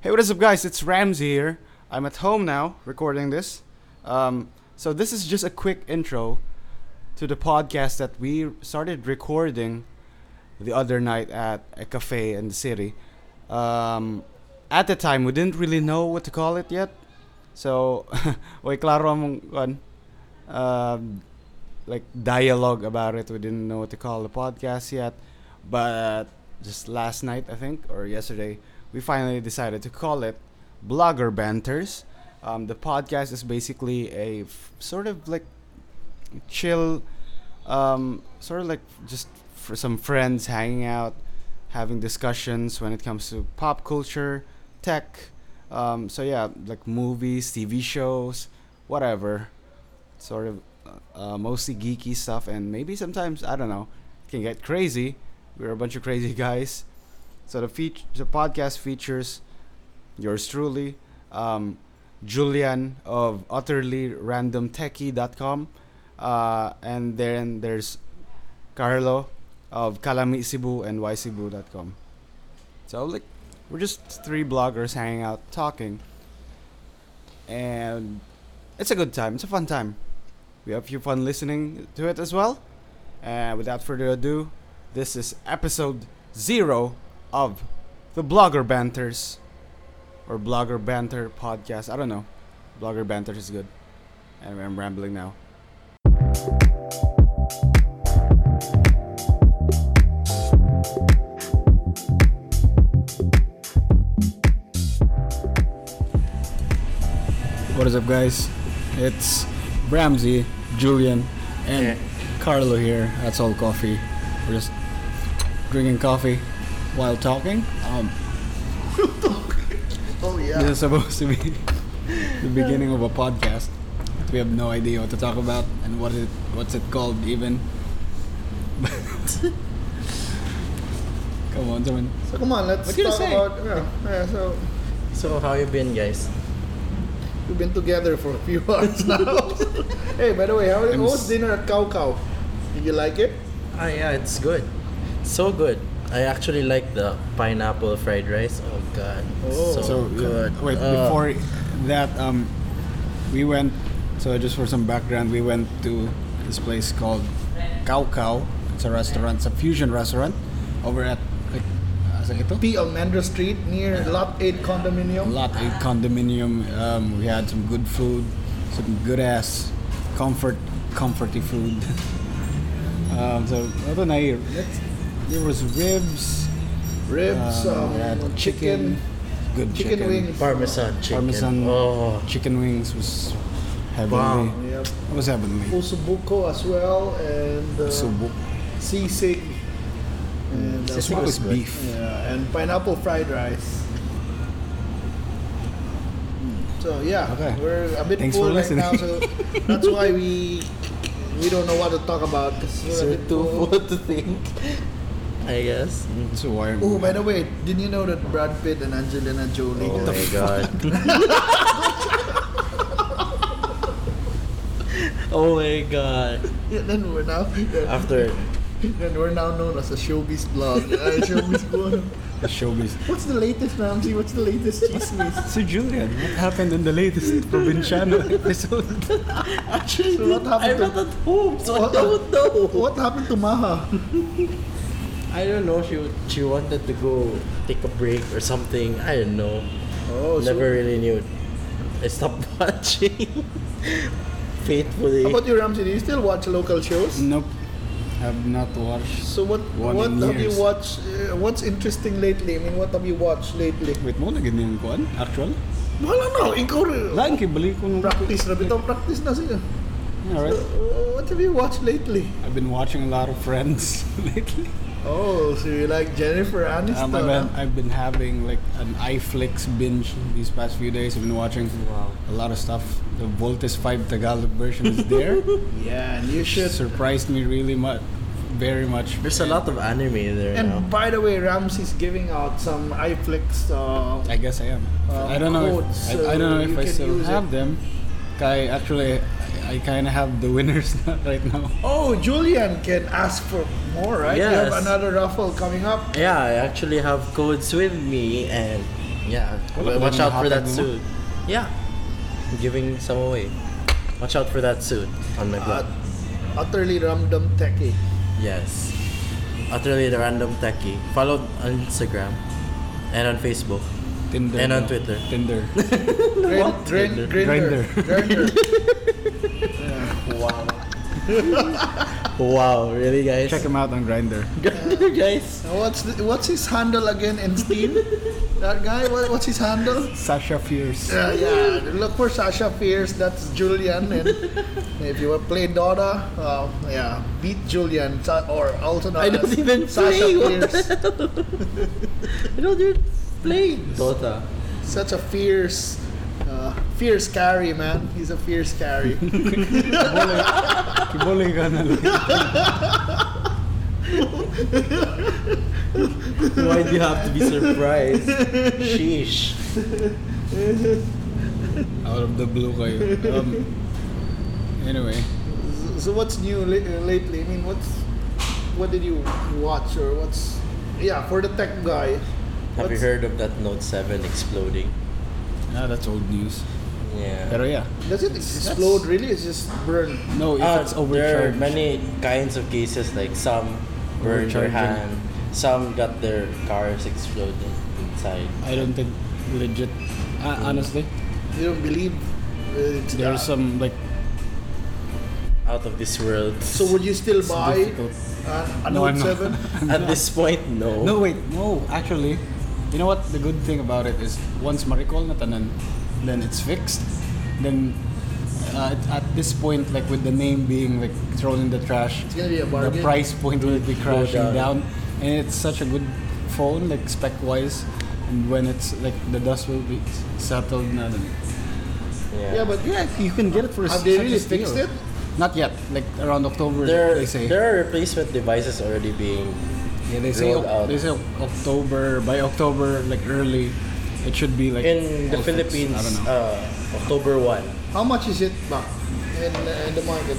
Hey, what is up, guys? It's Ramsey here. I'm at home now recording this. Um, so, this is just a quick intro to the podcast that we started recording the other night at a cafe in the city. Um, at the time, we didn't really know what to call it yet. So, way klaro among kuwan, um, like dialogue about it. We didn't know what to call the podcast yet, but just last night, I think, or yesterday, we finally decided to call it Blogger Banters. Um, the podcast is basically a f- sort of like chill, um, sort of like just for some friends hanging out, having discussions when it comes to pop culture, tech. Um, so yeah, like movies, TV shows, whatever. Sort of uh, mostly geeky stuff, and maybe sometimes I don't know, it can get crazy. We're a bunch of crazy guys. So the feat- the podcast features yours truly, um, Julian of utterlyrandomtechie.com, uh, and then there's Carlo of kalamisibu and ysibu.com. So like we're just three bloggers hanging out talking, and it's a good time. It's a fun time. We hope you fun listening to it as well. And without further ado, this is episode zero of the Blogger Banters or Blogger Banter podcast. I don't know. Blogger Banter is good. And I'm rambling now. What is up, guys? It's Ramsey, Julian, and Carlo here at Soul Coffee. We're just drinking coffee while talking. Um, Oh This yeah. is supposed to be the beginning of a podcast. We have no idea what to talk about and what it what's it called even. Come on, someone. So come on, let's What you talk say? about yeah, yeah, so So how you been, guys? we've been together for a few hours now. hey, by the way, how I'm how s- was dinner at Cow Cow? Did you like it? Ah, yeah, it's good. So good. I actually like the pineapple fried rice. Oh god, Oh. so, So yeah, good. wait, Uh, before that, um, we went. So just for some background, we went to this place called Cow Cow. It's a restaurant, it's a fusion restaurant over at like, asa ito? P. Almendra Street near Lot 8 condominium. Lot 8 condominium. Um, we had some good food, some good ass comfort, comforty food. um, so ano na yun? Let's- There was ribs, Ribs, um, um, we had chicken, good chicken wings. Parmesan chicken. Parmesan Oh, chicken wings was heavenly. Yep. Wow. It was heavenly. Puso buko as well and uh, Subuk. sisig and uh, Sisig Subuk Mm, was was pine- good. beef. yeah, and pineapple fried rice. Hmm. So yeah, Okay. we're a bit Thanks for full right listening. now, so that's why we we don't know what to talk about because we're a bit full. to think. I guess. So why? Oh, by the way, didn't you know that Brad Pitt and Angelina Jolie? Oh my god. oh my god. Yeah, then we're now After then we're now known as a showbiz blog. Uh, showbiz blog. the showbiz. What's the latest, Ramsey? What's the latest chismis? So Julian, what happened in the latest Provinciano episode? actually, So what happened I'm to- not at home, so What- I don't know. What happened to Maha? I don't know. She she wanted to go take a break or something. I don't know. Oh, so- Never really knew. I stopped watching How faithfully. about you, Ramsey? Do you still watch local shows? nope, have not watched. So what One what in have years. you watched? Uh, what's interesting lately? I mean, what have you watched lately? Wait, mo na ganyan ko an? Actual? Wala na, ikaw rin. Lain kay balik ko nung Practice na bitaw, practice na siya. Alright. Uh, what have you watched lately? I've been watching a lot of Friends lately. Oh, so you like Jennifer Um, Aniston? I've, been, I've been having like an iFlix binge these past few days. I've been watching Wow. a lot of stuff. The Voltes 5 Tagalog version is there. huh? Yeah, and you Shit should. surprised me really much, very much. There's a lot of anime there And now. by the way, Ramsey's giving out some iFlix. Uh, I guess I am. Uh, I don't know. If, codes, I, I don't know so if I you can still use have it. them. I actually, I, I kind of have the winners right now. oh, Julian can ask for more, right? You have Yes. another raffle coming up. Yeah, I actually have codes with me, and Yeah. Wala Watch bang out for that nahatag mo? suit. Yeah. I'm giving some away. Watch out for that suit on my blog. Ut- utterly random techie. yes. Utterly the random techie. Followed on Instagram and on Facebook. Tinder. And on no? Twitter. Tinder. Grin, grin, grinder. Grinder. Wow. wow, really guys? Check him out on Grinder. guys. Now, What's the, what's his handle again in Steam? that guy. What, what's his handle? Sasha Fierce. Yeah, yeah. Look for Sasha Fierce. That's Julian. And if you want to play Dota, uh, yeah, beat Julian Sa- or also known I don't as even Sasha play, what the Fierce. You know they're playing Dota. Such a fierce, uh, fierce carry, man. He's a fierce carry. Kibulay ka na lang. Why do you have to be surprised? Sheesh. Out of the blue kayo. Um, anyway. so what's new la- uh, lately? I mean, what's what did you watch or what's yeah for the tech guy? Have you what's- heard of that Note 7 exploding? Ah, that's old news. Yeah. Uh, Pero yeah. Does it explode really? It's just burn. No, if Ah, it's there are overcharged. many kinds of cases. Like some burned their Overcharging. hand, some got their cars exploded inside. I don't think legit. Uh, honestly, You don't believe uh, it's there are that. some like Out of this world. So would you still it's buy difficult. uh, a No, Note I'm not. Seven? At this point, no. No, wait, no. Actually, you know what? The good thing about it is once maricol na tanan, then it's fixed. Then uh, at- at this point, like with the name being like thrown in the trash, It's gonna be a the bargain. price point will be crashing down. down. and it's such a good phone, like spec wise. And when it's like the dust will be settled, na then. Yeah. Yeah, but Yeah, you can get it for. Have they such a really steal. fixed it? Not yet. Like around October, there, they say. there are replacement devices already being. Yeah, they say rolled Oc- out. they say Oc- October by October like early, it should be like in all the fixed. Philippines. I don't know. Uh, October one. How much is it back in, uh, in the market?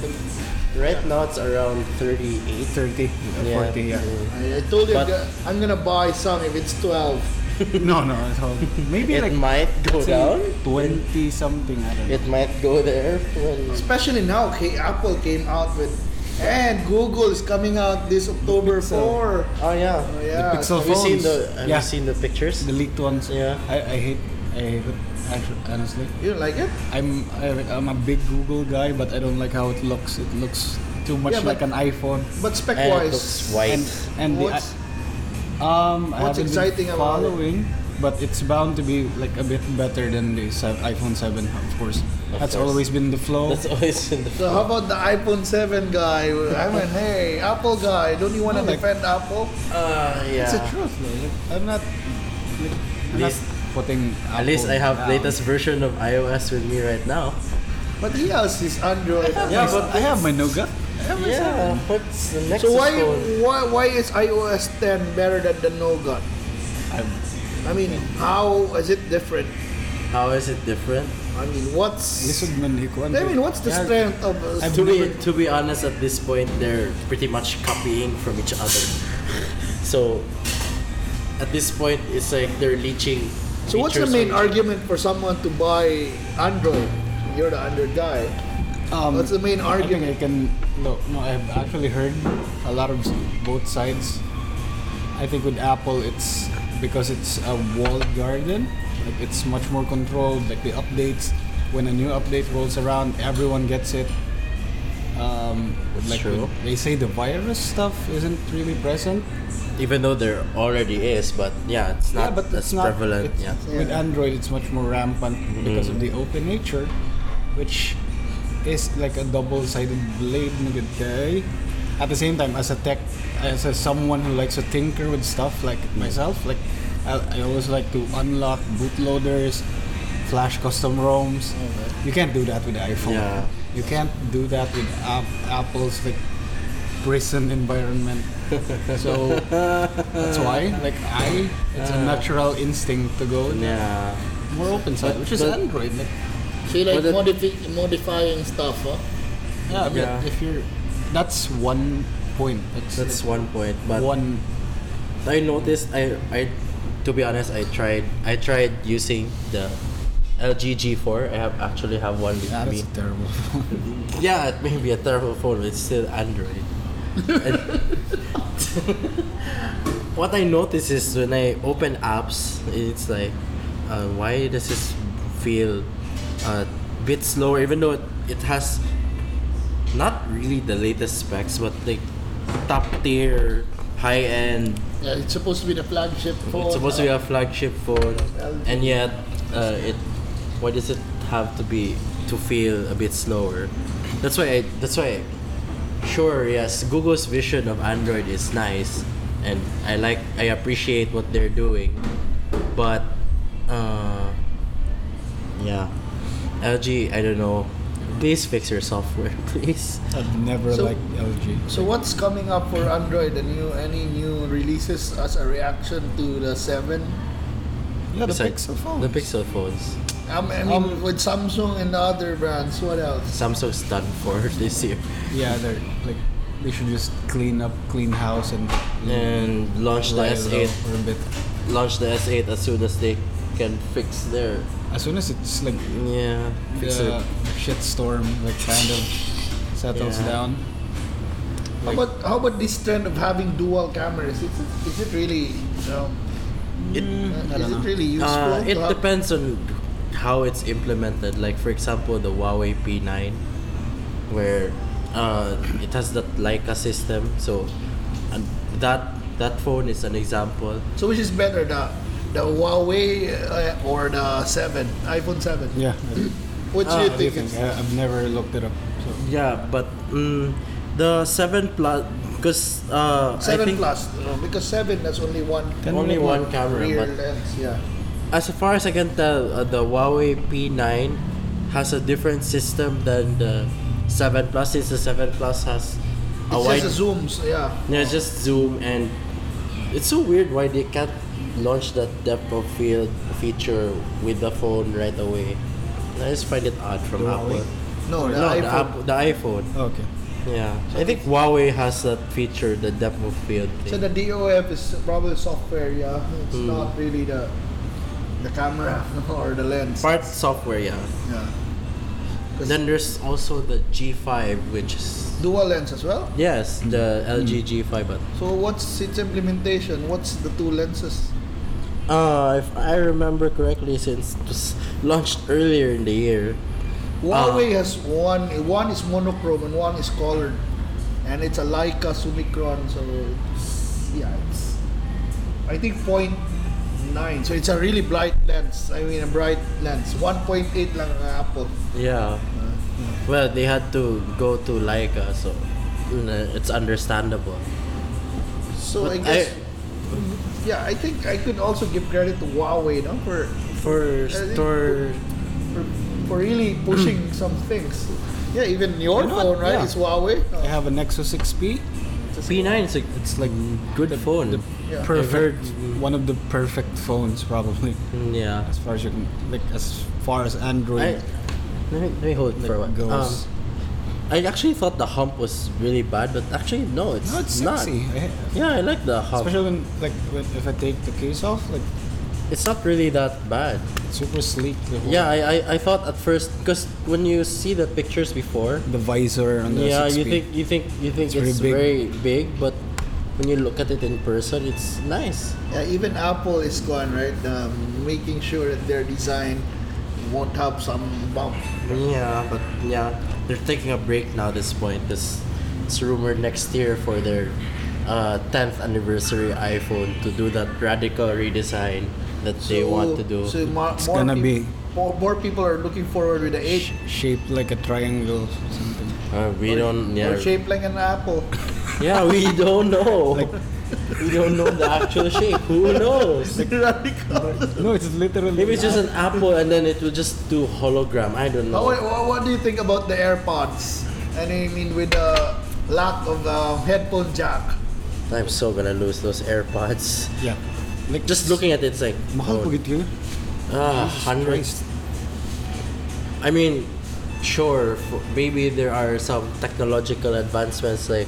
Right now it's around thirty-eight. 30, uh, 40, yeah. I, I told you But- that I'm gonna buy some if it's 12. no, no, so maybe It like might go say, down. 20 something. I don't know. It might go there. when- Especially now, okay, Apple came out with, and Google is coming out this October Pixel. 4. Oh yeah. Oh, yeah. The Pixel Have you phones. seen the Have Yeah. you seen the pictures? The leaked ones. Yeah. I, I hate I hate it actually, honestly. You don't like it? I'm I, I'm a big Google guy, but I don't like how it looks. It looks too much Yeah, but- like an iPhone. But spec And it looks wise, white. And and the, what's, Um, I What's haven't exciting been about it? following, but it's bound to be like a bit better than the se- iPhone 7, of course. Of That's course. always been the flow. That's always in the. so how about the iPhone 7 guy? I mean, hey, Apple guy, don't you want to No, like- defend Apple? Uh, yeah. It's the truth, though. Like, I'm not. Like, I'm least- not putting. At least I Apple have down. latest version of iOS with me right now. But he has his Android. Yeah, but I have my nougat. Yeah. What's the next So why, phone? why why is iOS 10 better than the No Gun? I'm, I mean, how is it different? How is it different? I mean, what's lisod man hikuan. I mean, what's the Yeah. strength of uh, I've to be never- to be honest, at this point, they're pretty much copying from each other. so at this point, it's like they're leeching. So what's the features main from each- argument for someone to buy Android? You're the Android guy. Um, What's the main I argument? think I can. No, no, I've actually heard a lot of s- both sides. I think with Apple, it's because it's a walled garden. Like it's much more controlled. Like the updates, when a new update rolls around, everyone gets it. Um, That's like true. the- They say the virus stuff isn't really present Even though there already is, but yeah, it's not yeah, but as it's not, prevalent. it's- yeah. Mm. With Yeah. Android, it's much more rampant because of the open nature, which is like a double-sided blade, mga guy. At the same time, as a tech, as a someone who likes to tinker with stuff like Mm. myself, like I, I always like to unlock bootloaders, flash custom ROMs. You can't do that with the iPhone. Mm. Yeah. You can't do that with app, Apple's like prison environment. so that's why, like I, it's a natural instinct to go in Yeah. a more open side, which is But- Android. Like, So you like But the- modifi- modifying stuff, huh? yeah, but Yeah. if you're, that's one point. That's, That's one point, but one. I noticed I I to be honest, I tried. I tried using the LG G4. I have actually have one with Ah, me. that's a terrible. Yeah, it may be a terrible phone, but it's still Android. And what I notice is when I open apps, it's like, uh, why does this feel a bit slower? Even though it, it has not really the latest specs, but like top tier, high end. Yeah, it's supposed to be the flagship phone. Uh, It's supposed to be a flagship phone, LG. and yet uh, it. Why does it have to be to feel a bit slower? That's why. I, that's why. Sure, yes. Google's vision of Android is nice, and I like. I appreciate what they're doing, but uh, yeah, LG. I don't know. Please fix your software, please. I've never So- liked LG. So what's coming up for Android? The new any new releases as a reaction to the seven? Yeah, the Besides- Pixel phone. The Pixel phones. Um, I mean, Um, with Samsung and the other brands, what else? Samsung's done for this year. Yeah, they're like they should just clean up, clean house, and And launch the lie low S8 for a bit. launch the S8 as soon as they can fix their As soon as it's like yeah fix Uh, the it. shit storm, like kind of settles Yeah. down. How Like, about how about this trend of having dual cameras? Is it, is it really um, I is don't it know. really useful? Uh, to it have- depends on how it's implemented. Like for example, the Huawei P9, where uh, it has that Leica system. So and that that phone is an example. So which is better, the the Huawei uh, or the seven iPhone seven? yeah, Which I, Ah, you what do you think? think? is- I, I've never looked it up. So. Yeah, but mm, the seven plus because uh, I Seven think plus no, because seven has only one only one camera, rear but lens. Yeah. as far as I can tell, uh, the Huawei P9 has a different system than the 7 Plus since the 7 Plus has a It's wide. just a zooms. Yeah. yeah, it's just zoom and it's so weird why they can't launch that depth of field feature with the phone right away. I just find it odd from The Apple. Huawei? No, the no, iPhone. The, app, the iPhone. Okay. Yeah, I think Huawei has that feature, the depth of field. So Thing. the DOF is probably software, yeah. It's not really the the camera or the lens. Part software, yeah. Yeah. 'Cause Then there's also the G5, which is dual lens as well. Yes, the LG G5 but So what's its implementation? What's the two lenses? Uh, if I remember correctly, since it was launched earlier in the year, Huawei has one. One is monochrome and one is colored, and it's a Leica Summicron. So it's, yeah, it's I think 0.9. So it's a really bright lens. I mean a bright lens. 1.8 lang ang Apple. yeah, well, they had to go to Leica, so mm, it's understandable. So I But guess. I- yeah, I think I could also give credit to Huawei, no, for uh, For store, Hmm. for, for really pushing some things. Yeah, even your You know phone, what? right? Yeah. It's Huawei. Oh, I have a Nexus 6P. Mm-hmm. it's a P9 is like, it's like good phone. The Yeah. perfect, one of the perfect phones probably, Mm, yeah. as far as you can, like as far as Android I, let me let me hold like, for a while. goes. Um, I actually thought the hump was really bad, but actually no, it's, no, it's not. sexy. I- Yeah, I like the hump. Especially when, like, when, if I take the case off, like, It's not really that bad. it's super sleek. The whole, Yeah, I, I, I thought at first because when you see the pictures before, The visor on the yeah, 6P. you think you think you think It's very it's, big. very big, but when you look at it in person, it's nice. Yeah, even Apple is gone, right? Um, making sure that their design won't have some bump. Yeah, but yeah, they're taking a break now. This point, because it's rumored next year for their uh, 10th anniversary iPhone to do that radical redesign that they want to do. So mo- It's more gonna peop- be- more, more people are looking forward with the eight. Sh- shaped like a triangle or something. Uh, we Or don't. Yeah, shaped like an apple. yeah, we don't know. we don't know the actual shape. Who knows? Radical. No, it's literally. Maybe it's just an apple and then it will just do hologram. I don't Oh, know. wait, wha- what do you think about the AirPods? And I mean, with the lack of um, headphone jack. I'm so gonna lose those AirPods. Yeah. Like Just looking at it, it's like Mahal oh, pagit yun. ah, hundreds. Christ. I mean, sure, for, maybe there are some technological advancements like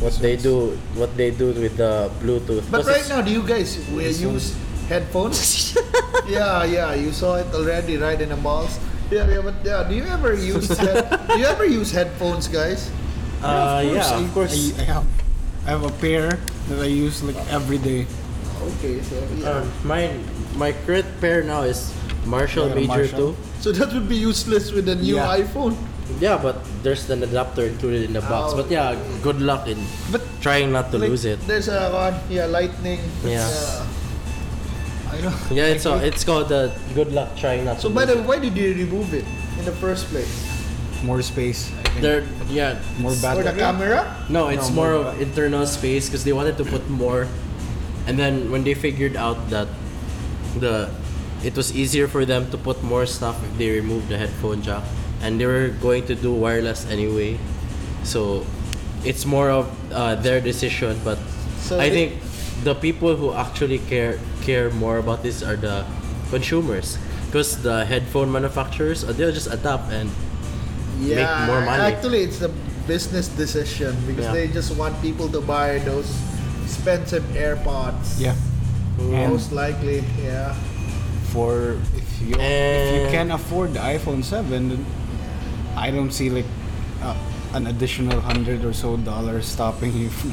what they do, what they do with the Bluetooth. But 'Cause right it's- now, do you guys we use headphones. yeah, yeah, you saw it already, right, in the malls. Yeah, yeah, but yeah, do you ever use head- do you ever use headphones, guys? Uh, yeah, I- of course. I, I have, I have a pair that I use like every day. Okay, so yeah. Uh, my my current pair now is Marshall Yeah, Major Marshall. 2. so that would be useless with the new Yeah. iPhone. Yeah, but there's an adapter included in the box. Oh. But yeah, good luck in But trying not to like, lose it. There's a one, yeah, lightning. Yeah. I know. Yeah, it's a, it's called uh, the good luck trying not So to by lose the way, why did you remove it in the first place? More space. I it. think. There, yeah. More For the battery. camera? No, it's No, more more of internal space because they wanted to put more, and then when they figured out that the it was easier for them to put more stuff if they removed the headphone jack, and they were going to do wireless anyway, so it's more of uh, their decision. But So I they- think the people who actually care care more about this are the consumers, because the headphone manufacturers uh, they'll just adapt and Make more money. Actually, it's a business decision because Yeah. they just want people to buy those expensive AirPods. Yeah. And Most likely, yeah. for if you if you And- can afford the iPhone 7, then I don't see like uh, an additional hundred or so dollars stopping you. From,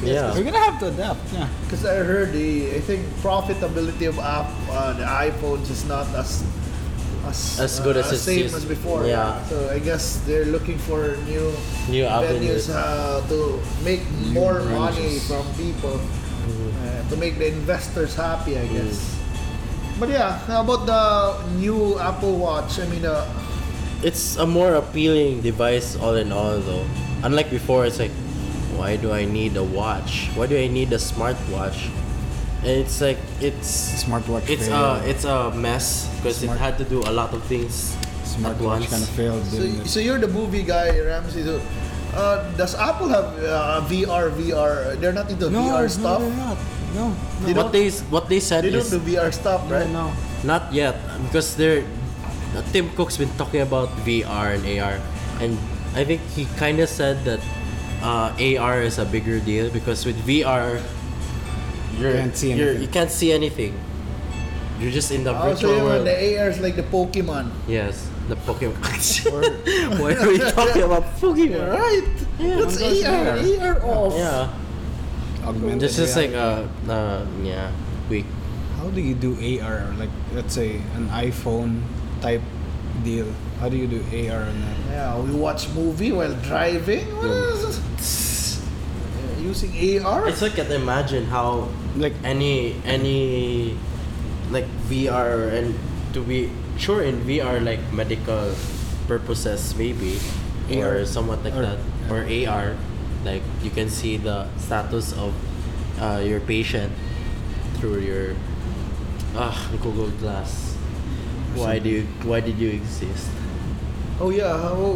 yeah. You're gonna have to adapt. Yeah. Because I heard the I think profitability of app uh, the iPhones is not as as, uh, As good as it same is. as before. Yeah. So I guess they're looking for new New venues avenues. uh, to make more money branches. from people Mm-hmm. uh, to make the investors happy. I guess. Mm. But yeah, how about the new Apple Watch? I mean, uh, it's a more appealing device all in all though unlike before it's like why do i need a watch why do i need a smartwatch and it's like it's Smartwatch it's a failure. it's a mess because it Smart- had to do a lot of things at Smartwatch once kind of failed. so, didn't it? so you're the movie guy, Ramsey. So, uh, does Apple have uh, VR? VR? They're not into VR No, stuff. they're not. no, no. They what don't- they s- what they said They is don't do VR stuff, right? no, no. Not yet, because they're uh, Tim Cook's been talking about VR and AR, and I think he kind of said that uh, AR is a bigger deal because with VR, you're, Can't see you're, anything. you can't see anything. You're just in the Also, virtual world. the AR is like the Pokemon. yes, the Pokemon. Why are we talking about Pokemon? Right? That's one goes AR. AR off. Yeah, Augmented this is reality. like a uh, yeah weak. How do you do AR? Like, let's say an iPhone type deal. How do you do AR on that? Yeah, we watch movie while driving. What is this? Uh, Using AR? It's like I can imagine how Like- any any like VR and to be sure in VR like medical purposes maybe or AR. somewhat like Or- that or AR like you can see the status of uh, your patient through your ah Google Glass. Why do you, why did you exist? Oh yeah, oh,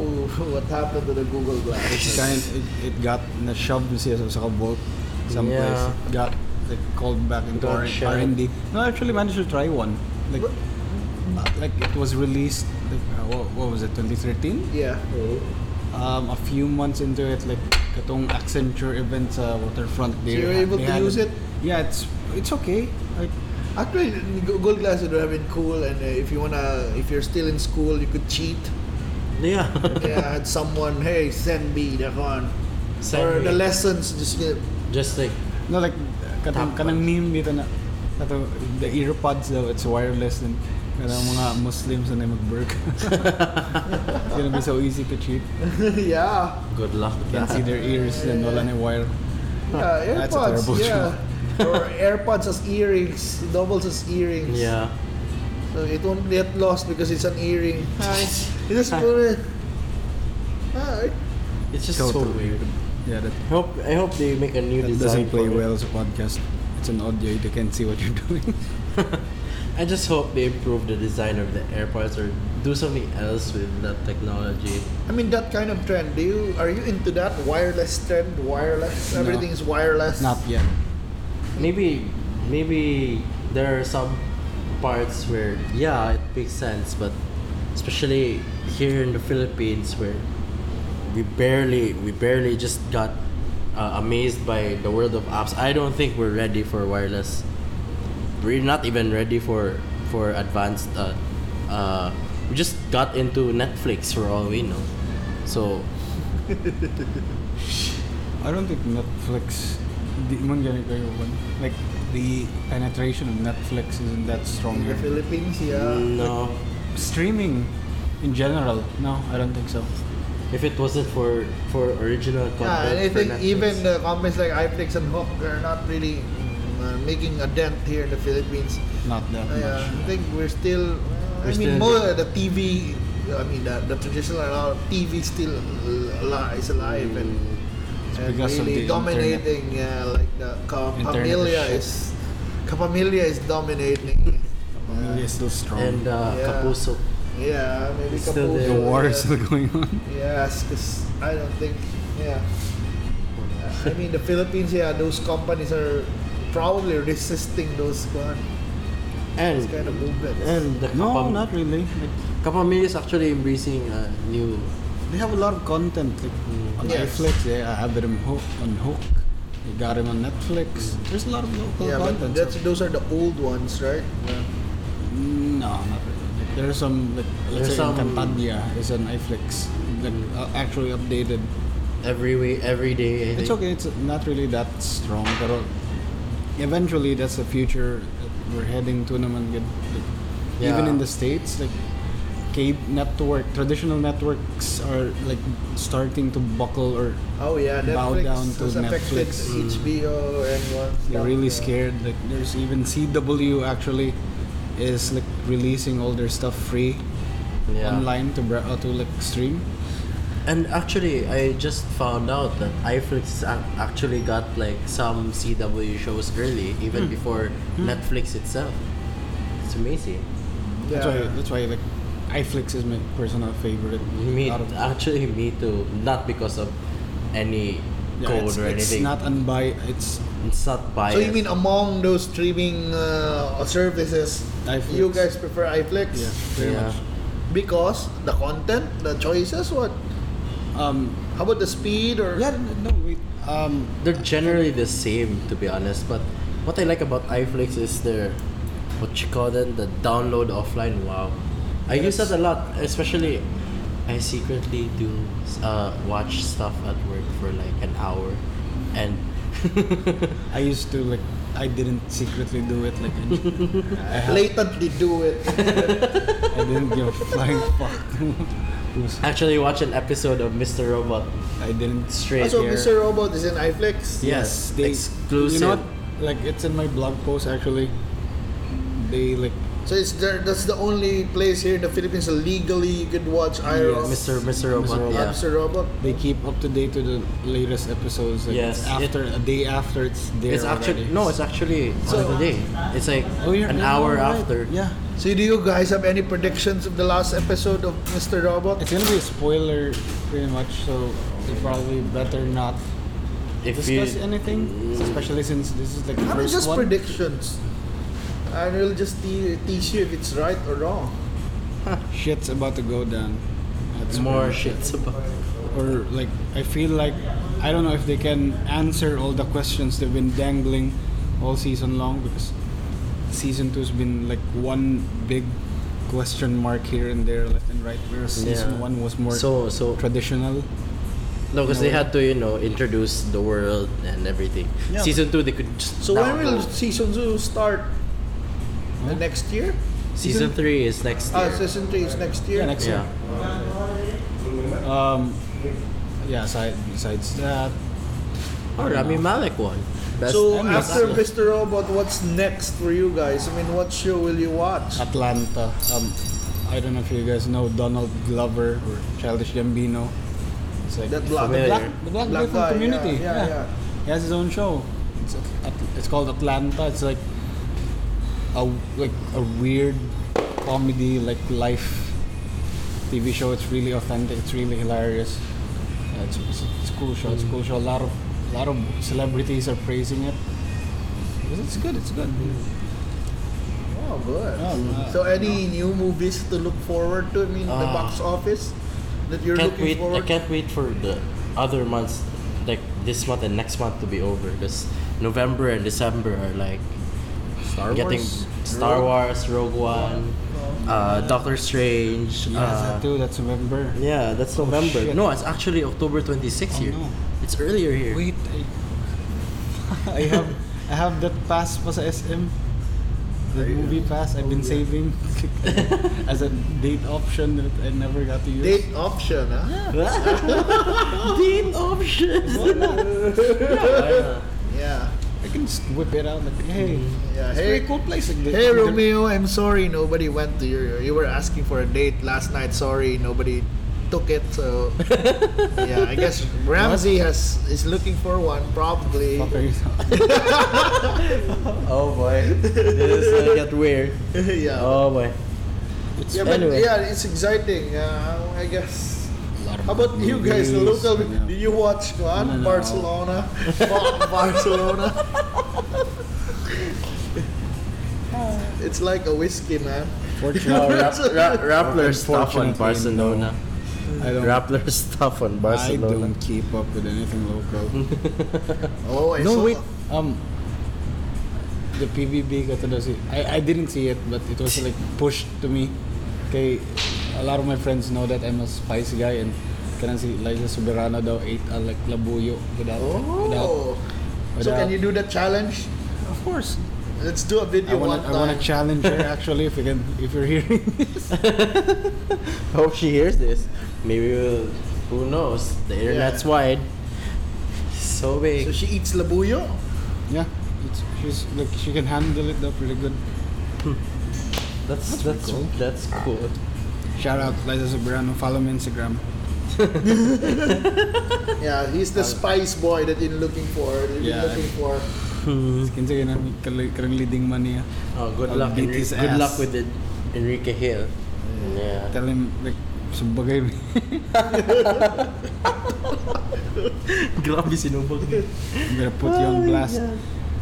what happened to the Google Glass? It's kind it, it got na-shoved siya sa sa bolt someplace. Yeah. It got like called back into Got R- shoved. R&D. No, I actually managed to try one. Like, uh, like it was released. Like, uh, what, what was it? 2013. Yeah. Um, a few months into it, like katong Accenture event sa waterfront. So you were able to had use it? Yeah, it's it's okay. Like Actually, the Google Glass would have been cool, and uh, if you wanna, if you're still in school, you could cheat. Yeah. yeah, had someone, hey, send me the one. Send or the me. lessons, just get. Just like No, like, kanang, Top kanang meme dito na, kato, the earpods daw, it's wireless and kanang mga Muslims na mag-burk. Gonna be so easy to cheat. yeah. good luck. with Can that. see their ears and wala na wire. Yeah, That's a AirPods. terrible yeah. or AirPods as earrings, doubles as earrings. Yeah. So it won't get lost because it's an earring. Hi. You just put it. Hi. It's just so Totally. weird. Yeah, that, I hope I hope they make a new that design. doesn't play for it. well sa podcast. It's an audio, you can't see what you're doing. I just hope they improve the design of the airports or do something else with that technology. I mean that kind of trend. Do you are you into that wireless trend? Wireless. No. Everything is wireless. Not yet. Maybe maybe there are some parts where yeah it makes sense, but especially here in the Philippines where we barely we barely just got uh, amazed by the world of apps. I don't think we're ready for wireless we're not even ready for for advanced. Uh, uh, we just got into Netflix for all we know. So I don't think Netflix di man ganito kayo one. Like the penetration of Netflix isn't that strong In the here. Philippines, yeah. no, Streaming in general, no, I don't think so. if it wasn't for for original content, Yeah, and I for think Netflix. even the companies like iFlix and Hook are not really mm, uh, making a dent here in the Philippines. Not that Oh, Yeah, much. I think we're still. I We're mean, still- more the TV. I mean, the, the traditional uh, TV still alive, is alive and, and Mm, because of the really dominating. Yeah, like the Kapamilya Internet is Kapamilya is dominating. Really is still strong. and uh, Yeah. Kapuso. yeah, maybe It's still Kapuso, there. the war is yeah. still going on. Yes, because I don't think, yeah. I mean, the Philippines, yeah, those companies are probably resisting those uh, and those kind of movements. and the No, Kapam- not really. Like, Kapamilya is actually embracing a new. they have a lot of content. Like on Yes. Netflix, they have them hook on Hook. They got him on Netflix. There's a lot of local yeah, content. but that's, those are the old ones, right? Mm, No, not really. Like, There are some, like, let's There's say some- Encantadia is on iFlix, like, uh, actually updated. Every way, every day. I It's think. okay, it's not really that strong, but eventually that's the future that we're heading to naman. good. Like, Even Yeah. in the States, like, cable network, traditional networks are, like, starting to buckle or Oh yeah, Bow Netflix down to has affected Netflix. HBO and They're one. stuff, really yeah. scared. Like there's even CW actually is like releasing all their stuff free Yeah. online to bra- uh, to like stream. And actually, I just found out that iFlix ac- actually got like some CW shows early, even Hmm. before Netflix itself. It's amazing. Yeah. That's why that's why like iFlix is my personal favorite. Me, out of- actually, me too. Not because of any Yeah, code it's, or it's anything. not unbi. It's it's not biased. So you mean among those streaming uh, services, iFlix. you guys prefer iFlix? yeah, very yeah. much. Because the content, the choices, what? Um, How about the speed or? yeah, n- no, wait. Um, They're generally the same, to be honest. But what I like about iFlix is their what you call them the download offline. Wow, I use that a lot, especially. I secretly do uh, watch stuff at work for like an hour, and I used to like. I didn't secretly do it. Like I, have, Latently do it. I didn't give a flying fuck. Who's- actually watch an episode of Mr. Robot I didn't straight so here. Mr. Robot is in iFlix. Yes, You exclusive. know, what? like it's in my blog post actually. They like So it's there, that's the only place here in the Philippines legally you could watch iRobot. Mr. Mr. Robot, Robot. yeah. Mr. Robot. they keep up to date to the latest episodes. Like Yes, it's it- after a day after it's there. It's actually already. no, it's actually So- on the day. It's like Oh, you're- an you're hour right. after. Yeah, So do you guys have any predictions of the last episode of Mr. Robot? it's gonna be a spoiler pretty much. So you probably better not If you discuss anything, especially since this is like the I mean, first just one. predictions. I will just te- teach you if it's right or wrong. Shit's about to go down. That's more pretty- shits about. or like I feel like I don't know if they can answer all the questions they've been dangling all season long because season two's been like one big question mark here and there left and right whereas season Yeah. one was more So so traditional no, because they No. had to you know introduce the world and everything. Yeah. Season two, they could. Just So when will download. season two start? The next year? season three is next year? Ah, season three is next year. yeah next yeah. year um yeah aside, besides that Or Rami Malek one. Best so I'm after not- Mr. Robot, what's next for you guys? I mean, what show will you watch? Atlanta um I don't know if you guys know Donald Glover or Childish Gambino it's like That black, Familiar. Black, the Black, Black Griffin guy, community. yeah, yeah, yeah. He has his own show. It's, at, it's called Atlanta. It's like a like a weird comedy like life TV show. It's really authentic. It's really hilarious. Yeah, it's, it's, it's a cool show. It's a cool show. A lot of a lot of celebrities are praising it. It's- It's good. It's good. Oh, good. Oh, wow. so, any new movies to look forward to? I mean, the Ah. box office that you're can't looking wait. I forward. can't wait for the other months, like this month and next month, to be over. Because November and December are like Star getting Wars? Star Wars, Rogue One, uh, Doctor Strange. Yeah, uh, that too. That's November. yeah, that's November. shit. no, it's actually October 26 Oh, here. no. It's earlier here. Wait, I, I have I have that pass pa sa SM. The movie pass I've oh, been saving as a date option that I never got to use. Date option, ah. Date options. Yeah. I can just whip it out like, hey, Yeah, it's a hey- very cool place. Like, Hey the- Romeo, I'm sorry nobody went to your. You were asking for a date last night. Sorry, nobody took it. So yeah, I guess Ramsey has is looking for one probably. Fucker. oh boy, this is gonna get weird. yeah. Oh boy. yeah, but anyway. yeah, it's exciting. Uh, I guess. lot of How about you guys, the movies, local? yeah. Did you watch what? No, no, no. Barcelona? Fuck Barcelona. it's like a whiskey, man. No, Fortunately, Rap- Ra- Rappler's stuff on Unfortunately, Barcelona. I don't. Rappler's stuff on I Barcelona. don't keep up with anything local. Oh, I No, saw- wait. Um, the PBB kata daw si... I, I didn't see it, but it was like pushed to me. Kay, a lot of my friends know that I'm a spicy guy and kanang si Liza Soberano daw ate a like labuyo without... without Oh. So without- can you do that challenge? of course. Let's do a I video wanna, one I wanna time. challenge her actually if you can if you're hearing this. Hope she hears this. Maybe we'll, who knows? The internet's wide. So so big. she eats labuyo. yeah, it's, she's like she can handle it though pretty good. that's that's cool. that's cool. Shout out Liza Soberano, follow me Instagram. Yeah, he's the spice boy that you're looking for. You've Yeah. been looking for. Kinsa yun ang kal- karang leading man niya. Oh, good I'll luck. beat Enri- his good luck ass. with it, Enrique Hill. Yeah. Tell him like sumbagay. Grabe sinubog. I'm gonna put you Oh on blast.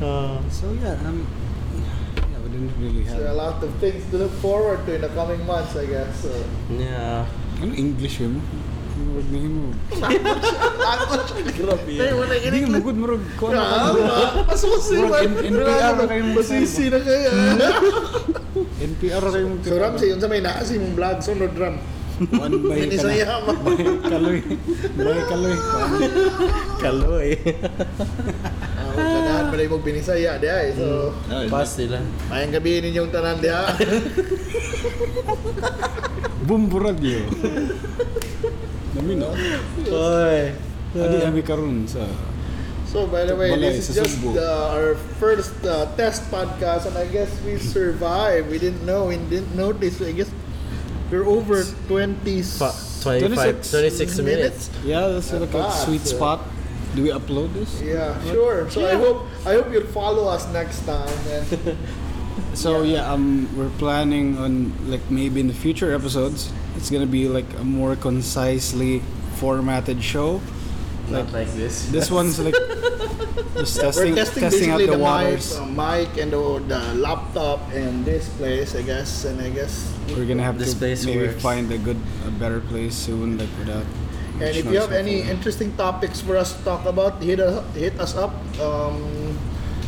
Uh, So yeah, um, yeah, we didn't really So a have. lot of things to look forward to in the coming months, I guess. So. yeah. Ano English yun? Ano word na yun? Grabe Hey, wala Hindi inig ka magod mo rin. Kung ano Grabe, mas Murag masiman. in- NPR na kayo mag- Masisi na kayo. NPR ra kayo So Ramsey, yun sa may naasi mong vlog, sunod Ram. One by Yan isa kaloy. yaman. Kaloy. By kaloy. Kaloy. Ah, huwag ka na, malay mong binisaya, di ay. So, Hmm. Pass nila. mayang gabi ninyong tanan, di ay. Bumburag yun. Nami no? Oy. Adi ami karon sa... So by the way, Malay, this is sa just Cebu. uh, our first uh, test podcast, and I guess we survived. We didn't know, we didn't notice. I guess we're over twenty. Pa- 25, 26 26 minutes. minutes. Yeah, that's like a Taas, sweet eh. spot. Do we upload this? Yeah, sure. So I hope I hope you'll follow us next time. And So yeah, um, we're planning on like maybe in the future episodes, it's gonna be like a more concisely formatted show. Not like this. This one's like just we're testing, testing, testing out basically the, the, mic, waters. uh, mic, and the, the laptop, and this place, I guess. And I guess. We're gonna have This to place maybe works. find a good, a better place soon, like without. And if additional you have stuff any over. interesting topics for us to talk about, hit us, hit us up. Um,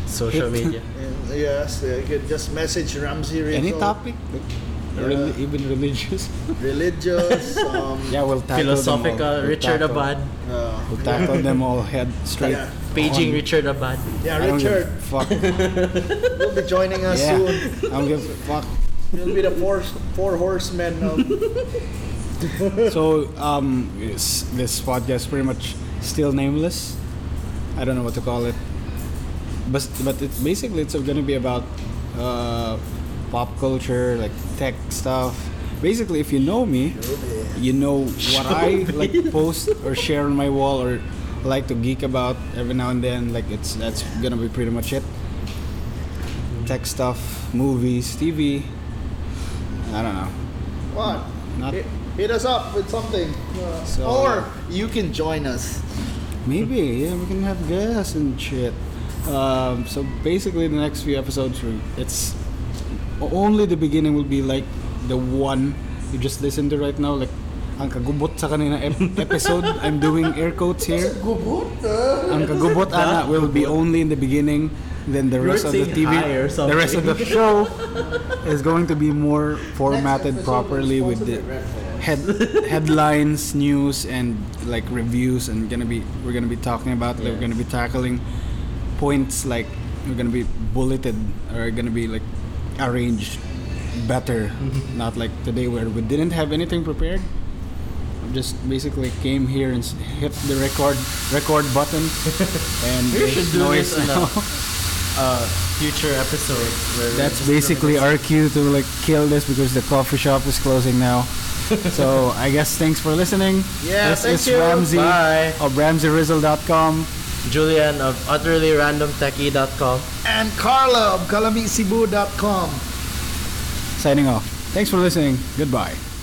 Social media. and yes, you could just message Ramsey Rizzo. any topic, like, reli- even religious. religious. Um, yeah, we'll tackle them all. Philosophical We'll Richard tackle- Abad. uh, We'll tackle them all head straight. Yeah. on. Paging Richard Abad. yeah, I don't give a Richard Fuck. will be joining us yeah. soon. I don't give a fuck. He'll be the four four horsemen. Of, So um, this, this podcast pretty much still nameless. I don't know what to call it, but but it's basically it's going to be about uh, pop culture, like tech stuff. Basically, if you know me, you know what I like post or share on my wall or like to geek about every now and then. Like it's that's gonna be pretty much it. Tech stuff, movies, TV. I don't know. come on, Not- hit, hit us up with something, uh, So- or you can join us. Maybe, yeah, we can have guests and shit. Um, so basically, the next few episodes, we- it's only the beginning will be like the one you just listen to right now, like ang kagubot sa kanina ep- episode. I'm doing air quotes here. Gubot, uh, ah. Ang kagubot ana will be only in the beginning. then the You're rest of the saying TV, hi or the rest of the something. show is going to be more formatted episode, properly with the responsibly read for head, headlines, news, and like reviews. And gonna be we're gonna be talking about like, we're gonna be tackling points like we're gonna be bulleted or gonna be like arranged better. Mm-hmm. Not like today where we didn't have anything prepared. I Just basically came here and s- hit the record record button, and We should there's do noise this in now. a uh, future episode. Where we That's just basically look our cue to like kill this because the coffee shop is closing now. so I guess thanks for listening. Yeah, this thank is you. Ramsey Bye. of RamseyRizzle.com. at Julian of utterlyrandomtechie.com. And Carla of calamisibu.com. Signing off. Thanks for listening. Goodbye.